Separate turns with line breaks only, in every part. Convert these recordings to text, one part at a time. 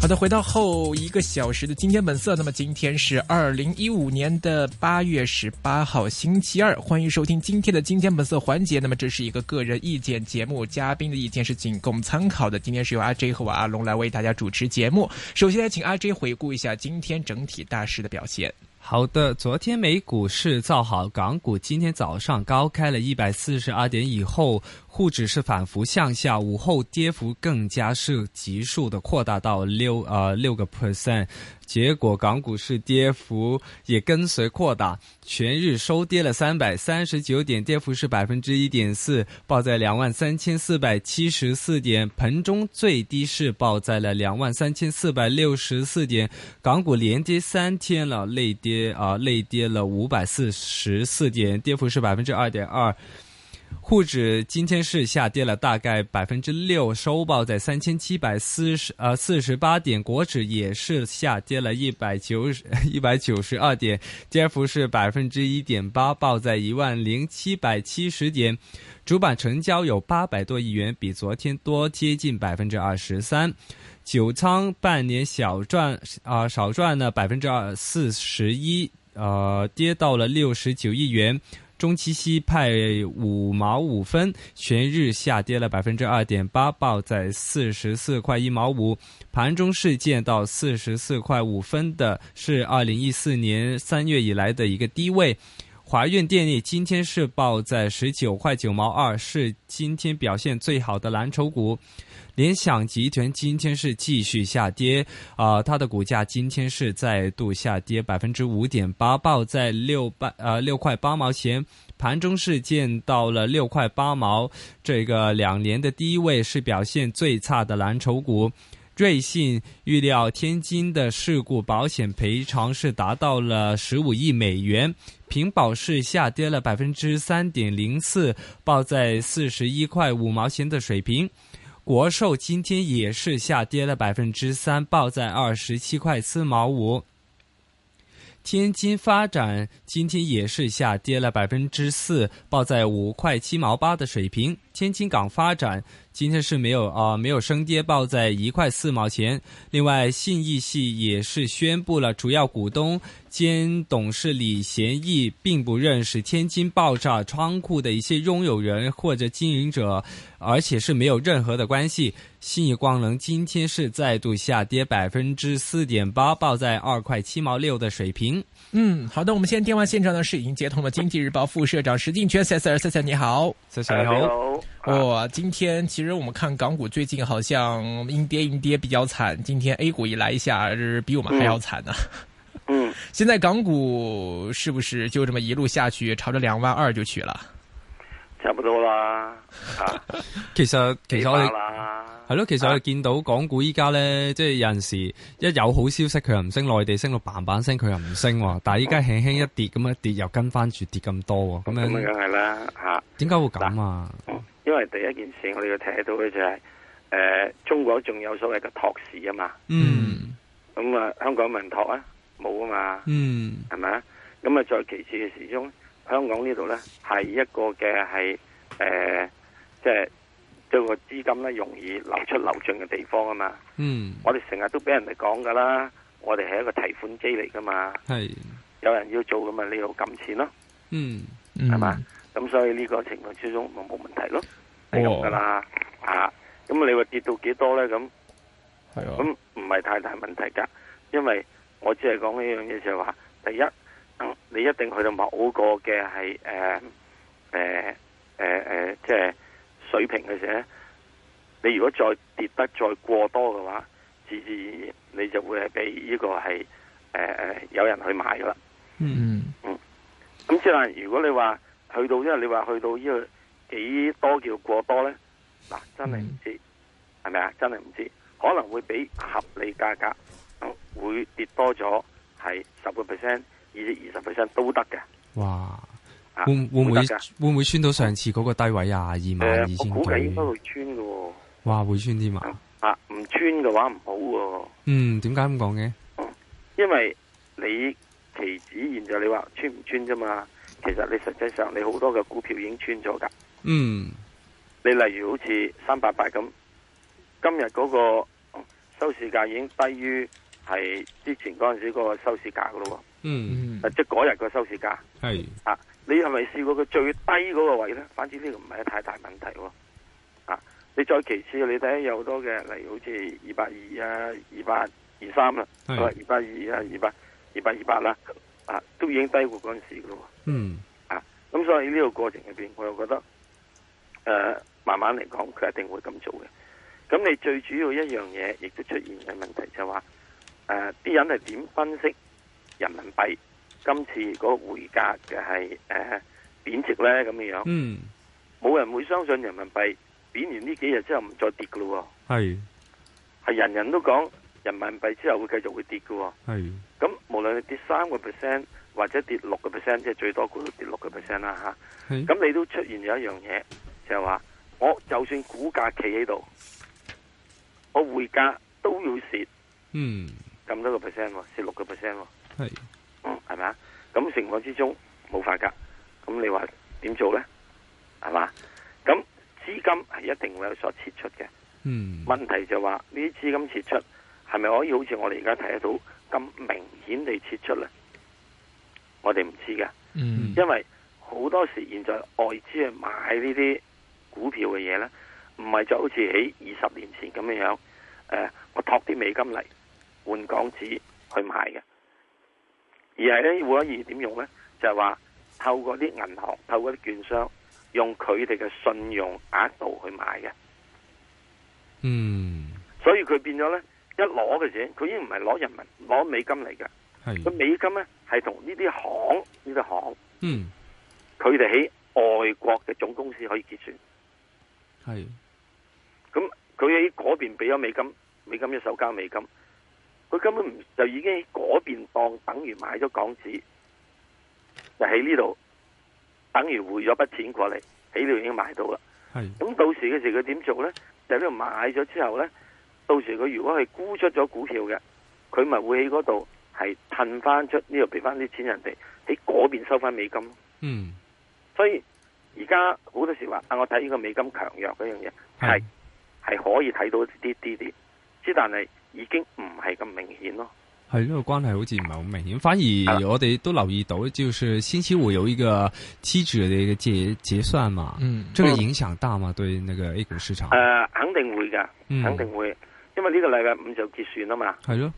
好的，回到後一個小時的《金錢本色》，那麼今天是二零一五年的八月十八號星期二，歡迎收聽今天的《金錢本色》環節。那麼這是一個個人意見節目，嘉賓的意見是僅供參考的。今天是由阿 J 和我阿龍來為大家主持節目。首先來請阿 J 回顧一下今天整體大市的表現。
好的，昨天美股是造好，港股今天早上高開了一百四十二點以後，滬指是反覆向下，午後跌幅更加是急速的擴大到六呃六個 percent，結果港股是跌幅也跟隨擴大，全日收跌了三百三十九點，跌幅是百分之一點四，報在兩萬三千四百七十四點，盤中最低是報在了兩萬三千四百六十四點，港股連跌三天了，累跌。跌啊，累跌了五百四十四點，跌幅是百分之二點二。滬指今天是下跌了大概百分之六，收報在三千七百四十呃四十八點。國指也是下跌了一百九十一百九十二點，跌幅是百分之一點八，報在一萬零七百七十點。主板成交有八百多億元，比昨天多接近百分之二十三。九倉半年小賺啊、呃，少賺呢百分之二四十一，呃，跌到了六十九億元。中期息派五毛五分，全日下跌了百分之二點八，報在四十四塊一毛五。盤中是見到四十四塊五分的，是二零一四年三月以來的一個低位。華潤電力今天是報在十九塊九毛二，是今天表現最好的藍籌股。聯想集團今天是繼續下跌，啊、呃，它的股價今天是再度下跌百分之五點八，報在六八呃六塊八毛錢。盤中是見到了六塊八毛，這個兩年的低位是表現最差的藍籌股。瑞信預料天津的事故保險賠償是達到了十五億美元，平保是下跌了百分之三點零四，報在四十一塊五毛錢的水平。國壽今天也是下跌了百分之三，報在二十七塊四毛五。天津發展今天也是下跌了百分之四，報在五塊七毛八的水平。天津港發展今天是沒有啊、呃，沒有升跌，報在一塊四毛錢。另外，信義系也是宣布了主要股東兼董事李賢義並不認識天津爆炸倉庫的一些擁有人或者經營者，而且是沒有任何的關係。信義光能今天是再度下跌百分之四點八，報在二塊七毛六的水平。
嗯，好的，我們現在電話線上呢是已經接通了經濟日報副社長石鏡泉，Sir Sir 你好
，Sir
啊
哎你好。
哇、哦，今天其實我們看港股最近好像陰跌陰跌比較慘，今天 A 股一來一下，比我們還要慘呢、啊
嗯。嗯，
現在港股是不是就這麼一路下去，朝着兩萬二就去了？
差不多啦，啊，
其實 其實我哋係咯，其實我哋見到港股依家咧，即係有陣時一有好消息佢又唔升，內地升到嘭嘭聲佢又唔升喎，但係依家輕輕一跌咁一跌又跟翻住跌咁哦多喎，咁樣
咁啊梗係啦嚇，
點解會咁啊？
因為第一件事我哋要睇到嘅就係、是，誒、呃、中國仲有所謂嘅托市啊嘛，
嗯，
咁啊香港咪托啊冇啊嘛，
嗯，
係咪啊？咁啊再其次嘅時鐘。香港呢度呢，係一個嘅係誒，即係將個資金呢容易流出流進嘅地方啊嘛。
嗯，
我哋成日都俾人哋講噶啦，我哋係一個提款機嚟噶嘛。
係
有人要做咁嘛，你要撳錢咯。
嗯，
係嘛？咁所以呢個情況之中咪冇問題咯，係咁噶啦。啊，咁你話跌到幾多呢？咁
係啊，
咁唔係太大問題㗎，因為我只係講一樣嘢就係話，第一。嗯你一定去到某個嘅係誒誒誒誒，即係水平嘅時候咧，你如果再跌得再過多嘅話，自自然然你就會係俾呢個係誒誒有人去買噶啦。
嗯
嗯。咁即係如果你話去到，因為你話去到呢個幾多叫過多咧，嗱真係唔知係咪啊？真係唔知，可能會比合理價格、嗯、會跌多咗係十個 percent。二至二十 percent 都得嘅。啊
哇！會會唔會會唔會穿到上次嗰個低位啊？二萬二千幾。
我估計應該會穿嘅喎、哦。
哇，會穿添啊！
啊，唔穿嘅話唔好喎、
嗯，點解咁講嘅？
因為你期指現在你話穿唔穿啫嘛，其實你實際上你好多嘅股票已經穿咗㗎。
嗯
你例如好似三八八咁，今日嗰個呃收市價已經低於係之前嗰陣時嗰個收市價噶咯
嗯
嗯，
喎，呃即係嗰日個收市價
係
啊！你係咪試過佢最低嗰個位咧？反正呢個唔係太大問題喎。啊，你再其次，你睇下有好多嘅，例如好似二百二啊、二百二三啦，
係
二百二啊、二百二百二百啦，啊，都已經低過嗰陣時噶咯喎。
嗯
咁所以呢個過程入邊，我又覺得誒、呃慢慢嚟講，佢一定會咁做嘅。咁你最主要一樣嘢，亦都出現嘅問題就係話誒啲人係點分析人民幣今次嗰個匯價嘅係誒貶值咧咁樣樣，
嗯
冇人會相信人民幣貶完呢幾日之後唔再跌噶咯
係
喎，係人人都講人民幣之後會繼續會跌噶喎。
係
咁無論你跌三個 percent 或者跌六個 percent，即係最多股都跌六個 percent 啦嚇。
係
咁你都出現咗一樣嘢，就係、話我就算股價企喺度，我匯價都要蝕
嗯
咁多個 percent 喎，蝕六個 percent 喎，
係
嗯，係咪啊？咁情況之中冇法㗎，咁你話點做呢？係嘛？咁資金係一定會有所撤出嘅。
嗯
問題就話呢啲資金撤出係咪可以好似我哋而家睇得到咁明顯地撤出呢？我哋唔知㗎。
嗯
因為好多時現在外資去買呢啲股票嘅嘢呢，唔係就好似喺二十年前咁樣樣，呃我托啲美金嚟換港紙去買嘅，而係呢，會可以點用呢？就係話透過啲銀行、透過啲券商，用佢哋嘅信用額度去買嘅，
嗯
所以佢變咗呢，一攞嘅時候，佢已經唔係攞人民攞美金嚟嘅，佢
係
美金呢，係同呢啲行呢啲行。
嗯
佢哋喺外國嘅總公司可以結算，
係
咁佢喺嗰邊俾咗美金，美金一手交美金，佢根本唔就已經喺嗰邊當等於買咗港紙，就喺呢度等於匯咗筆錢過嚟，喺呢度已經買到啦。
係
咁到時嘅時佢點哎做呢？就喺呢度買咗之後呢，到時佢如果係沽出咗股票嘅，佢咪會喺嗰度係褪翻出呢度俾翻啲錢人哋，喺嗰邊收翻美金咯。
嗯
所以而家好多時話啊，我睇呢個美金強弱嗰樣嘢係
係
係可以睇到啲啲啲，之但係已經唔係咁明顯咯。
係呢個關係好似唔係好明顯，反而我哋都留意到，就是星期五有一個期指嘅一個結結算嘛，
嗯
這個影響大嘛？對那個 A 股市場
誒、，啊肯定會㗎，
嗯
肯定會，因為呢個禮拜五就結算啊嘛。
係咯，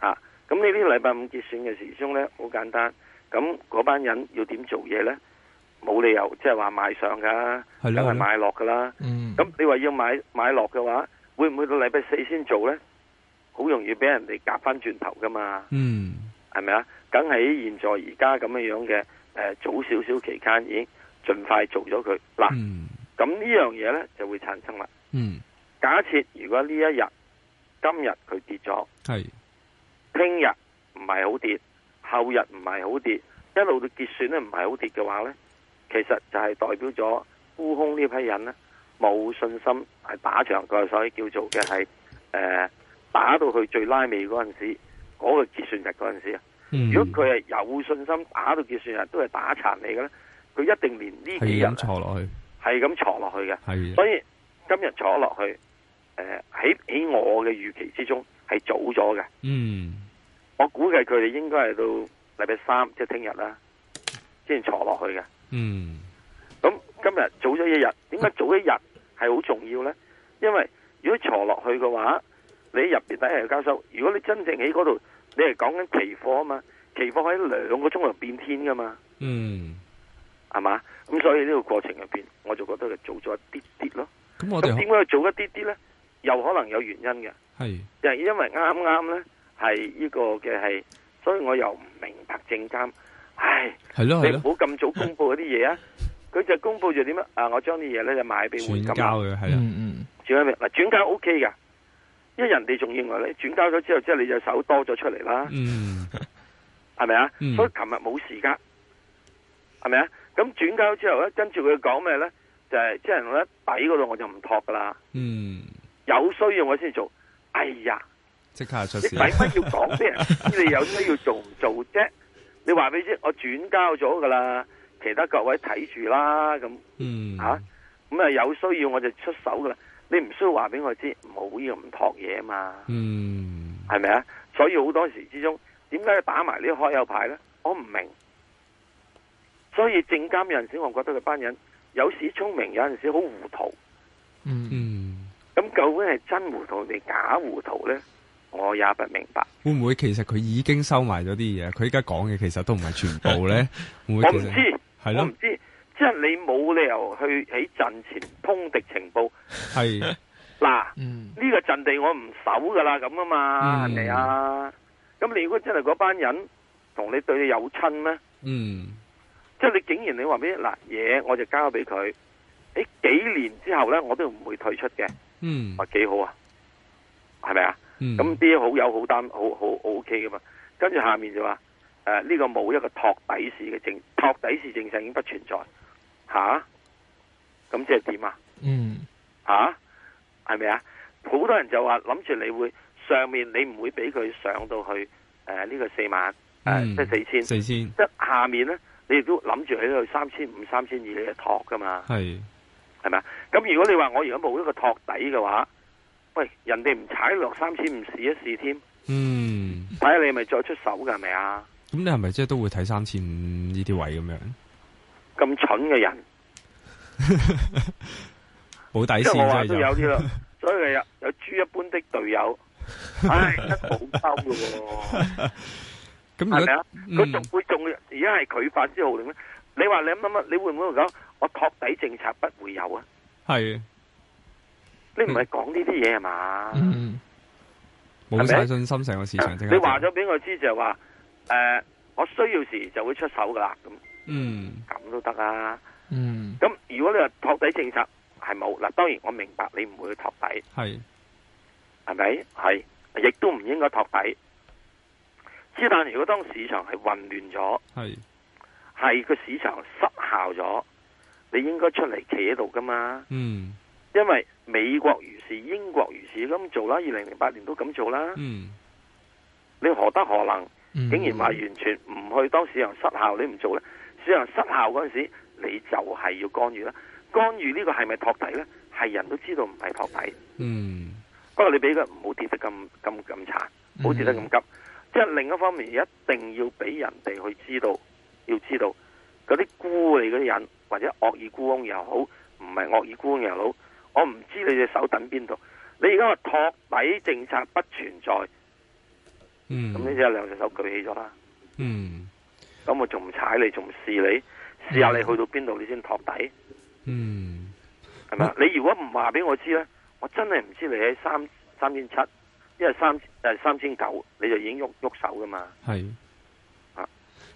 啊，咁你呢個禮拜五結算嘅時鐘呢，好簡單。咁嗰班人要點做嘢呢？冇理由即係話買上㗎，
係
梗
咯，係
係
咯
買落㗎啦。
嗯
咁你話要買買落嘅話，會唔會到禮拜四先做呢？好容易俾人哋夾翻轉頭㗎嘛。
嗯
係咪啊？梗喺現在而家咁樣樣嘅誒早少少期間已經盡快做咗佢嗱，
嗯
咁呢樣嘢呢就會產生啦。
嗯
假設如果呢一日今日佢跌咗，
係
聽日唔係好跌，後日唔係好跌，一路到結算咧唔係好跌嘅話呢，其實就係代表咗沽空呢批人呢冇信心係打場佢，所以叫做嘅係誒打到去最拉尾嗰陣時，嗰、個結算日嗰陣時啊。
嗯，
如果佢係有信心打到結算日都係打殘你嘅咧，佢一定連呢幾
係
日
咁坐落去，
係咁坐落去嘅。
係
所以今日坐落去，誒喺喺我嘅預期之中係早咗嘅。
嗯
我估計佢哋應該係到禮拜三，即係聽日啦，先坐落去嘅。
嗯
咁今日早咗一日，點解早一日係好重要呢？因為如果坐落去嘅話，你入邊第一日交收，如果你真正喺嗰度，你係講緊期貨啊嘛，期貨喺兩個鐘頭變天噶嘛。
嗯，
係嘛？咁所以呢個過程入邊，我就覺得佢做咗一啲啲咯。
咁我
咁
哋
點解佢做一啲啲呢？又可能有原因嘅，
係
就係因為啱啱呢係呢個嘅係，所以我又唔明白證監。唉，
係咯係
你唔
咯，
好咁早公佈嗰啲 嘢啊！佢就公佈住點啊？啊，我將啲嘢呢就賣俾匯
轉
金啊，
交嘅係啊，
嗯
轉交俾嗱轉交 O K 㗎，因為人哋仲認為你轉交咗之後，即係你隻手多咗出嚟啦。
嗯
係咪啊？
嗯
所以琴日冇事噶，係咪啊？咁轉交之後咧，跟住佢講咩咧？就係即係我一底嗰度我就唔托噶啦，
嗯
有需要我先做。哎呀，
即刻出
你
事
使。乜要講俾人 知你有需要做唔做啫？你話俾知，我轉交咗噶啦，其他各位睇住啦咁。
嗯，
吓，咁啊有需要我就出手噶啦。你唔需要話俾我知，冇要唔托嘢嘛，
嗯，
係咪啊？所以好多時之中，點解要打埋呢個開口牌呢？我唔明。所以證監有陣時，我覺得佢班人有時聰明，有陣時好糊塗。
嗯，
嗯，
咁究竟係真糊塗定假糊塗呢？我也不明白。
會唔會其實佢已經收埋咗啲嘢？佢而家講嘅其實都唔係全部 咧，會唔
我
會
唔
其實
知，
係
我
咯
唔，知，即係你冇理由去喺陣前通敵情報。
係
嗱，
嗯，
呢個陣地我唔守噶啦，咁啊嘛，
嗯
係咪啊？咁你如果真係嗰班人同你對你有親咩？
嗯
即係你竟然你話俾嗱嘢，我就交俾佢。喺幾年之後呢，我都唔會退出嘅，
嗯
話幾好啊，係咪啊？
嗯，
咁啲好友好擔好好好 OK 噶嘛？跟住下面就話誒呢個冇一個托底市嘅政托底市政策已經不存在吓，咁即係點啊？
嗯，
吓，係咪啊？好多人就話諗住你會上面你唔會俾佢上到去誒呢個四萬誒
嗯
即係四千，
四
即
千
係下面咧你亦都諗住喺呢度三千五、三千二你就托噶嘛，
係
係咪啊？咁如果你話我而家冇一個托底嘅話，喂人哋唔踩落三千五試一試添，
嗯。
睇下你係咪再出手㗎係咪啊？
咁你係咪即係都會睇三千五呢啲位咁樣？
咁蠢嘅人，
冇底
即係我話
線
都
真
有
係
啲啦，所以佢有有豬一般的隊友，唉，真係好鳩嘅喎。
就。咁如
係咪
果嗯
啊？
嗯
佢仲會仲而家係佢發之號令咩？你話你諗諗啊，你會唔會講我托底政策不會有啊？
係
你唔係講呢啲嘢係嘛？
嗯，
冇晒信心成個市場，即刻
啊你話咗俾我知就係話誒，我需要時就會出手噶啦，咁
嗯
咁都得啊。
嗯，
咁如果你話托底政策係冇嗱，當然我明白你唔會去托底，
係
係咪？係，亦都唔應該托底。之但如果當市場係混亂咗。
係
係個市場失效咗，你應該出嚟企喺度噶嘛？
嗯
因為美國如是，英國如是咁做啦，二零零八年都咁做啦。
嗯
你何德何能，
嗯
竟然話完全唔去當市場失效，你唔做呢？市場失效嗰陣時，你就係要干預啦。干預呢個係咪托底呢？係人都知道唔係托底，
嗯
不過你俾佢唔好跌得咁咁咁慘，唔好跌得咁急。即係另一方面，一定要俾人哋去知道，要知道嗰啲沽你嗰啲人，或者惡意沽空又好，唔係惡意沽空又好，我唔知你隻手等邊度。你而家話托底政策不存在，咁
嗯
你只有兩隻手舉起咗啦。
嗯
咁我仲唔踩你，仲唔試你，試下你去到邊度你先托底，
嗯
係咪啊你如果唔話俾我知呢，我真係唔知你喺三三千七，因為三誒三千九，你就已經喐喐手噶嘛，
係嗯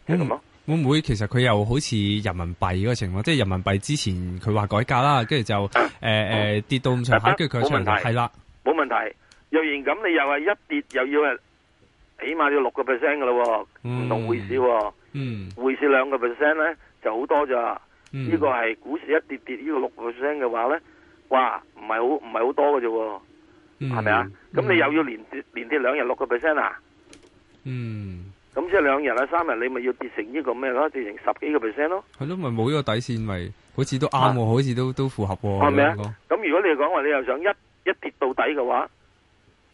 就係咁咯。
會唔會其實佢又好似人民幣嗰個情況，即係人民幣之前佢話改革啦，跟住就誒誒跌到咁上下，跟住佢上係啦，
冇問題。若然咁，你又係一跌又要係起碼要六個 percent 噶咯喎，
嗯
唔同匯市喎，
嗯
匯市兩個 percent 咧就好多咋。
嗯
呢個係股市一跌跌呢個六 percent 嘅話咧，哇，唔係好唔係好多嘅啫喎，係咪啊？咁你又要連跌連跌兩日六個 percent 啊？
嗯
咁即係兩日啊三日，你咪要跌成呢個咩咯？跌成十幾個 percent 咯。
係咯，咪冇呢個底線咪好似都啱喎，好似都都符合喎，
係咪啊咁如果你講話你又想一一跌到底嘅話，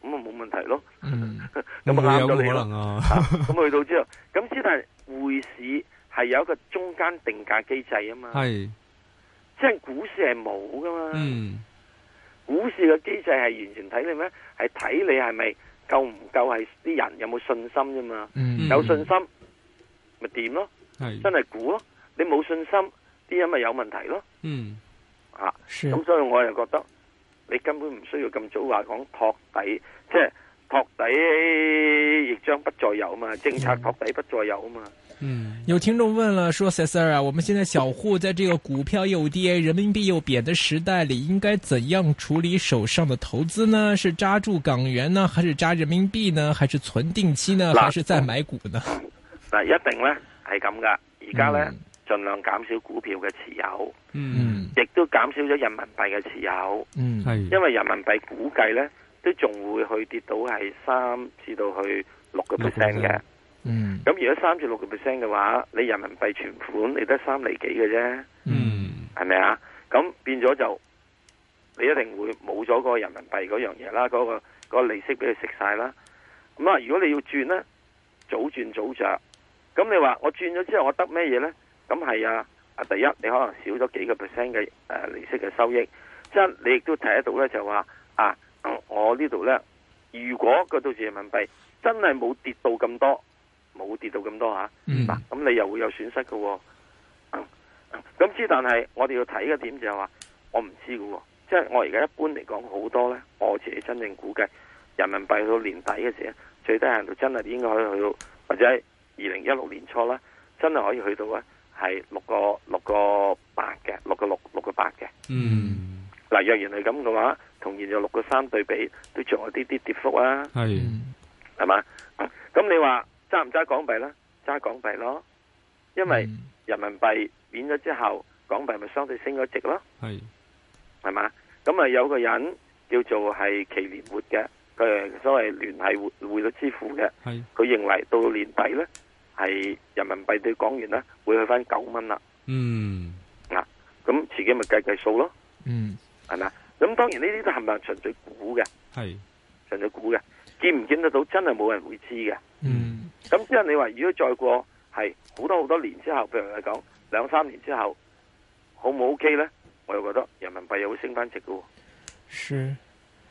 咁啊冇問題咯。
嗯，
咁
會
啊啱
有
咗
可
你咯。
能啊？
咁去到之後，咁之但係匯市係有一個中間定價機制啊嘛，
係，
即係股市係冇噶嘛。
嗯
股市嘅機制係完全睇你咩？係睇你係咪夠唔夠係啲人有冇信心啫嘛？
嗯，
有信心咪掂咯，真
係，
係估咯。你冇信心，啲人咪有問題咯。
嗯
嚇、
是，
咁所以我又覺得你根本唔需要咁早話講托底，即係托底亦將不再有啊嘛，政策托底不再有啊嘛。
嗯
有听众问了，说 c e s a r 啊，我们现在小户在这个股票又跌、人民币又贬的时代里，应该怎样处理手上的投资呢？是扎住港元呢，还是扎人民币呢，还是存定期呢，
嗱
还是再买股呢？
嗱，一定咧係咁噶。而家咧
嗯
盡量減少股票嘅持有，
嗯
嗯
亦都減少咗人民幣嘅持有，
嗯
係
因為人民幣估計呢都仲會去跌到係三至到去六個 percent 嘅。
嗯
咁如果三至六個 percent 嘅話，你人民幣存款你得三厘幾嘅啫，
嗯
嗯
係咪啊？咁變咗就你一定會冇咗嗰個人民幣嗰樣嘢啦，嗰、個嗰個利息俾佢食晒啦。咁啊，如果你要轉呢，早轉早着。咁你話我轉咗之後我得咩嘢呢？咁係啊，啊第一你可能少咗幾個 percent 嘅誒利息嘅收益，即係你亦都睇得到呢，就話啊，嗯我呢度呢，如果個到時人民幣真係冇跌到咁多，冇跌到咁多嚇。
嗯
嗱，咁你又會有損失嘅喎、 咁之但係我哋要睇嘅點就係話，我唔知嘅喎、即係我而家一般嚟講好多呢，我自己真正估計人民幣到年底嘅時候，最低限度真係應該可以去到，或者係二零一六年初啦，真係可以去到呢係六個六個八嘅，六個六六個八嘅。
嗯
嗱，若然係咁嘅話，同現在六個三對比，都仲有啲啲跌幅啊，
係
嗯
係嘛？咁你話揸唔揸港幣呢？揸港幣咯，因為。
嗯
人民幣貶咗之後，港幣咪相對升咗值咯，
係
係嘛？咁啊有個人叫做係期聯活嘅，佢係所謂聯繫匯匯率之父嘅，
係
佢認為到年底呢，係人民幣對港元呢會去翻九蚊啦，
嗯
咁自己咪計計數咯，
嗯
係咪啊？咁當然呢啲都係咪純粹估嘅，
係
純粹估嘅，見唔見得到真係冇人會知嘅。
嗯
咁即係你話，如果再過係好多好多年之後，譬如嚟講兩三年之後，好唔好 OK 呢？我又覺得人民幣又會升翻值嘅喎。
是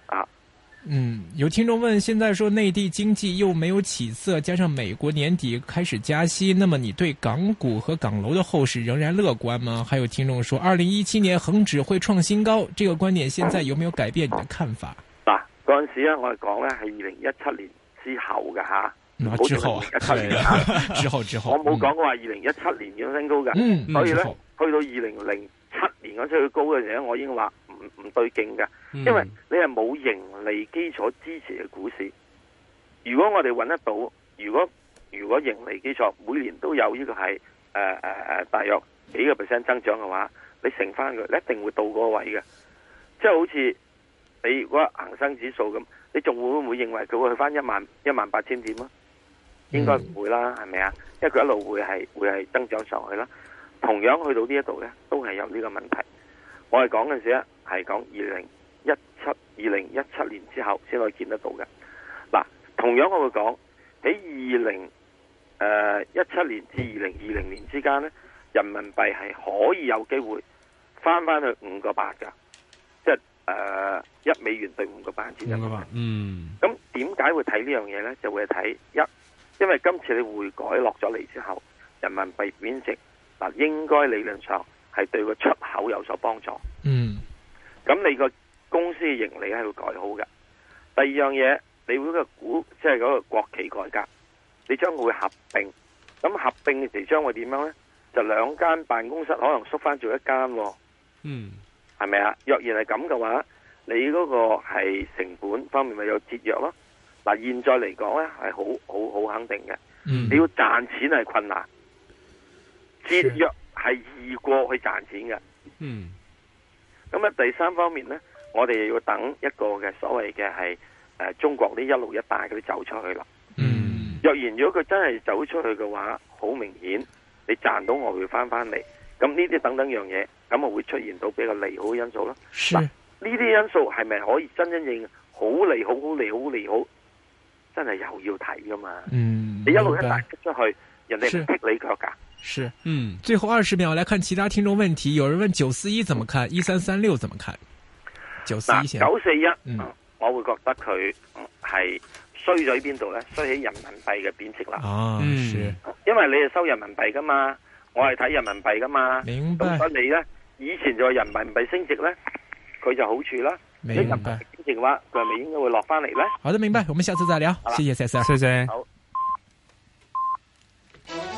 啊。
嗯，有听众问，现在说内地经济又没有起色，加上美国年底开始加息，那么你对港股和港楼的后市仍然乐观吗？还有听众说，二零一七年恒指会创新高，这个观点现在有没有改变你的看法？
嗱，嗰陣時咧，我哋講呢係二零一七年之後嘅嚇，
嗯
唔好
之後啊
淨係2017年嚇
之后之后，
我冇講過話二零一七年要升高嘅，
嗯，嗯
所以
之
呢，
后
去到二零零七年嗰陣最高嘅時候，我已經話唔唔對勁嘅，
因
因為你係冇盈利基礎支持嘅股市。如果我哋揾得到，如果如果盈利基礎每年都有呢個係誒誒誒呃大約幾個 percent 增長嘅話，你乘翻佢，你一定會到嗰個位嘅。即係好似你如果恒生指數咁，你仲會唔會認為佢會去翻一萬一萬八千點啊？應該唔會啦，係咪啊？因為佢一路會係會係增長上去啦。同樣去到呢一度呢，都係有呢個問題。我哋講嘅時咧，係講二零一七二零一七年之後先可以見得到嘅。嗱，同樣我會講喺二零誒一七年至二零二零年之間呢，人民幣係可以有機會翻翻去五個八㗎，即係誒一美元對五個八分之一。
嗯
咁點解會睇呢樣嘢呢？就會睇一，因為今次你匯改落咗嚟之後，人民幣貶值，嗱應該理論上係對個出口有所幫助。
嗯
咁你個公司嘅盈利係會改好嘅。第二樣嘢，你會個股即係嗰個國企改革，你將佢會合併。咁合併嘅時將會點樣呢？就兩間辦公室可能縮翻做一間喎、
嗯
係咪啊？若然係咁嘅話，你嗰個係成本方面咪有節約咯。嗱，現在嚟講咧係好好好肯定嘅，
嗯
你要賺錢係困難，節約係易過去賺錢嘅。
嗯
咁啊，第三方面呢，我哋又要等一個嘅所謂嘅係誒中國呢一路一帶嗰啲走出去啦。
嗯
若然如果佢真係走出去嘅話，好明顯你賺到外匯翻翻嚟，咁呢啲等等樣嘢，咁啊會出現到比較利好嘅因素咯。
是
呢啲因素係咪可以真真正正好利好、好利好、好利好？真係又要睇噶嘛？
嗯，
你一路一
明白
帶出去，人哋
是
唔踢你腳噶。
是
嗯
最后二十秒来看其他听众问题，有人问九四一怎么看，一三三六怎么看，九四
嗱，
一先。
九四一
嗯，
我會覺得佢嗯係衰咗喺邊度呢？衰喺人民幣嘅貶值啦。
啊，
嗯
是
因為你係收人民幣噶嘛，我係睇人民幣噶嘛。
明白
咁所以你呢，以前就係人民幣升值呢，佢就好處啦。如果
明
人民幣
白。
升值嘅話，佢係咪應該會落翻嚟呢？
好的，明白。我们下次再聊，
好了
谢谢赛赛。
謝謝。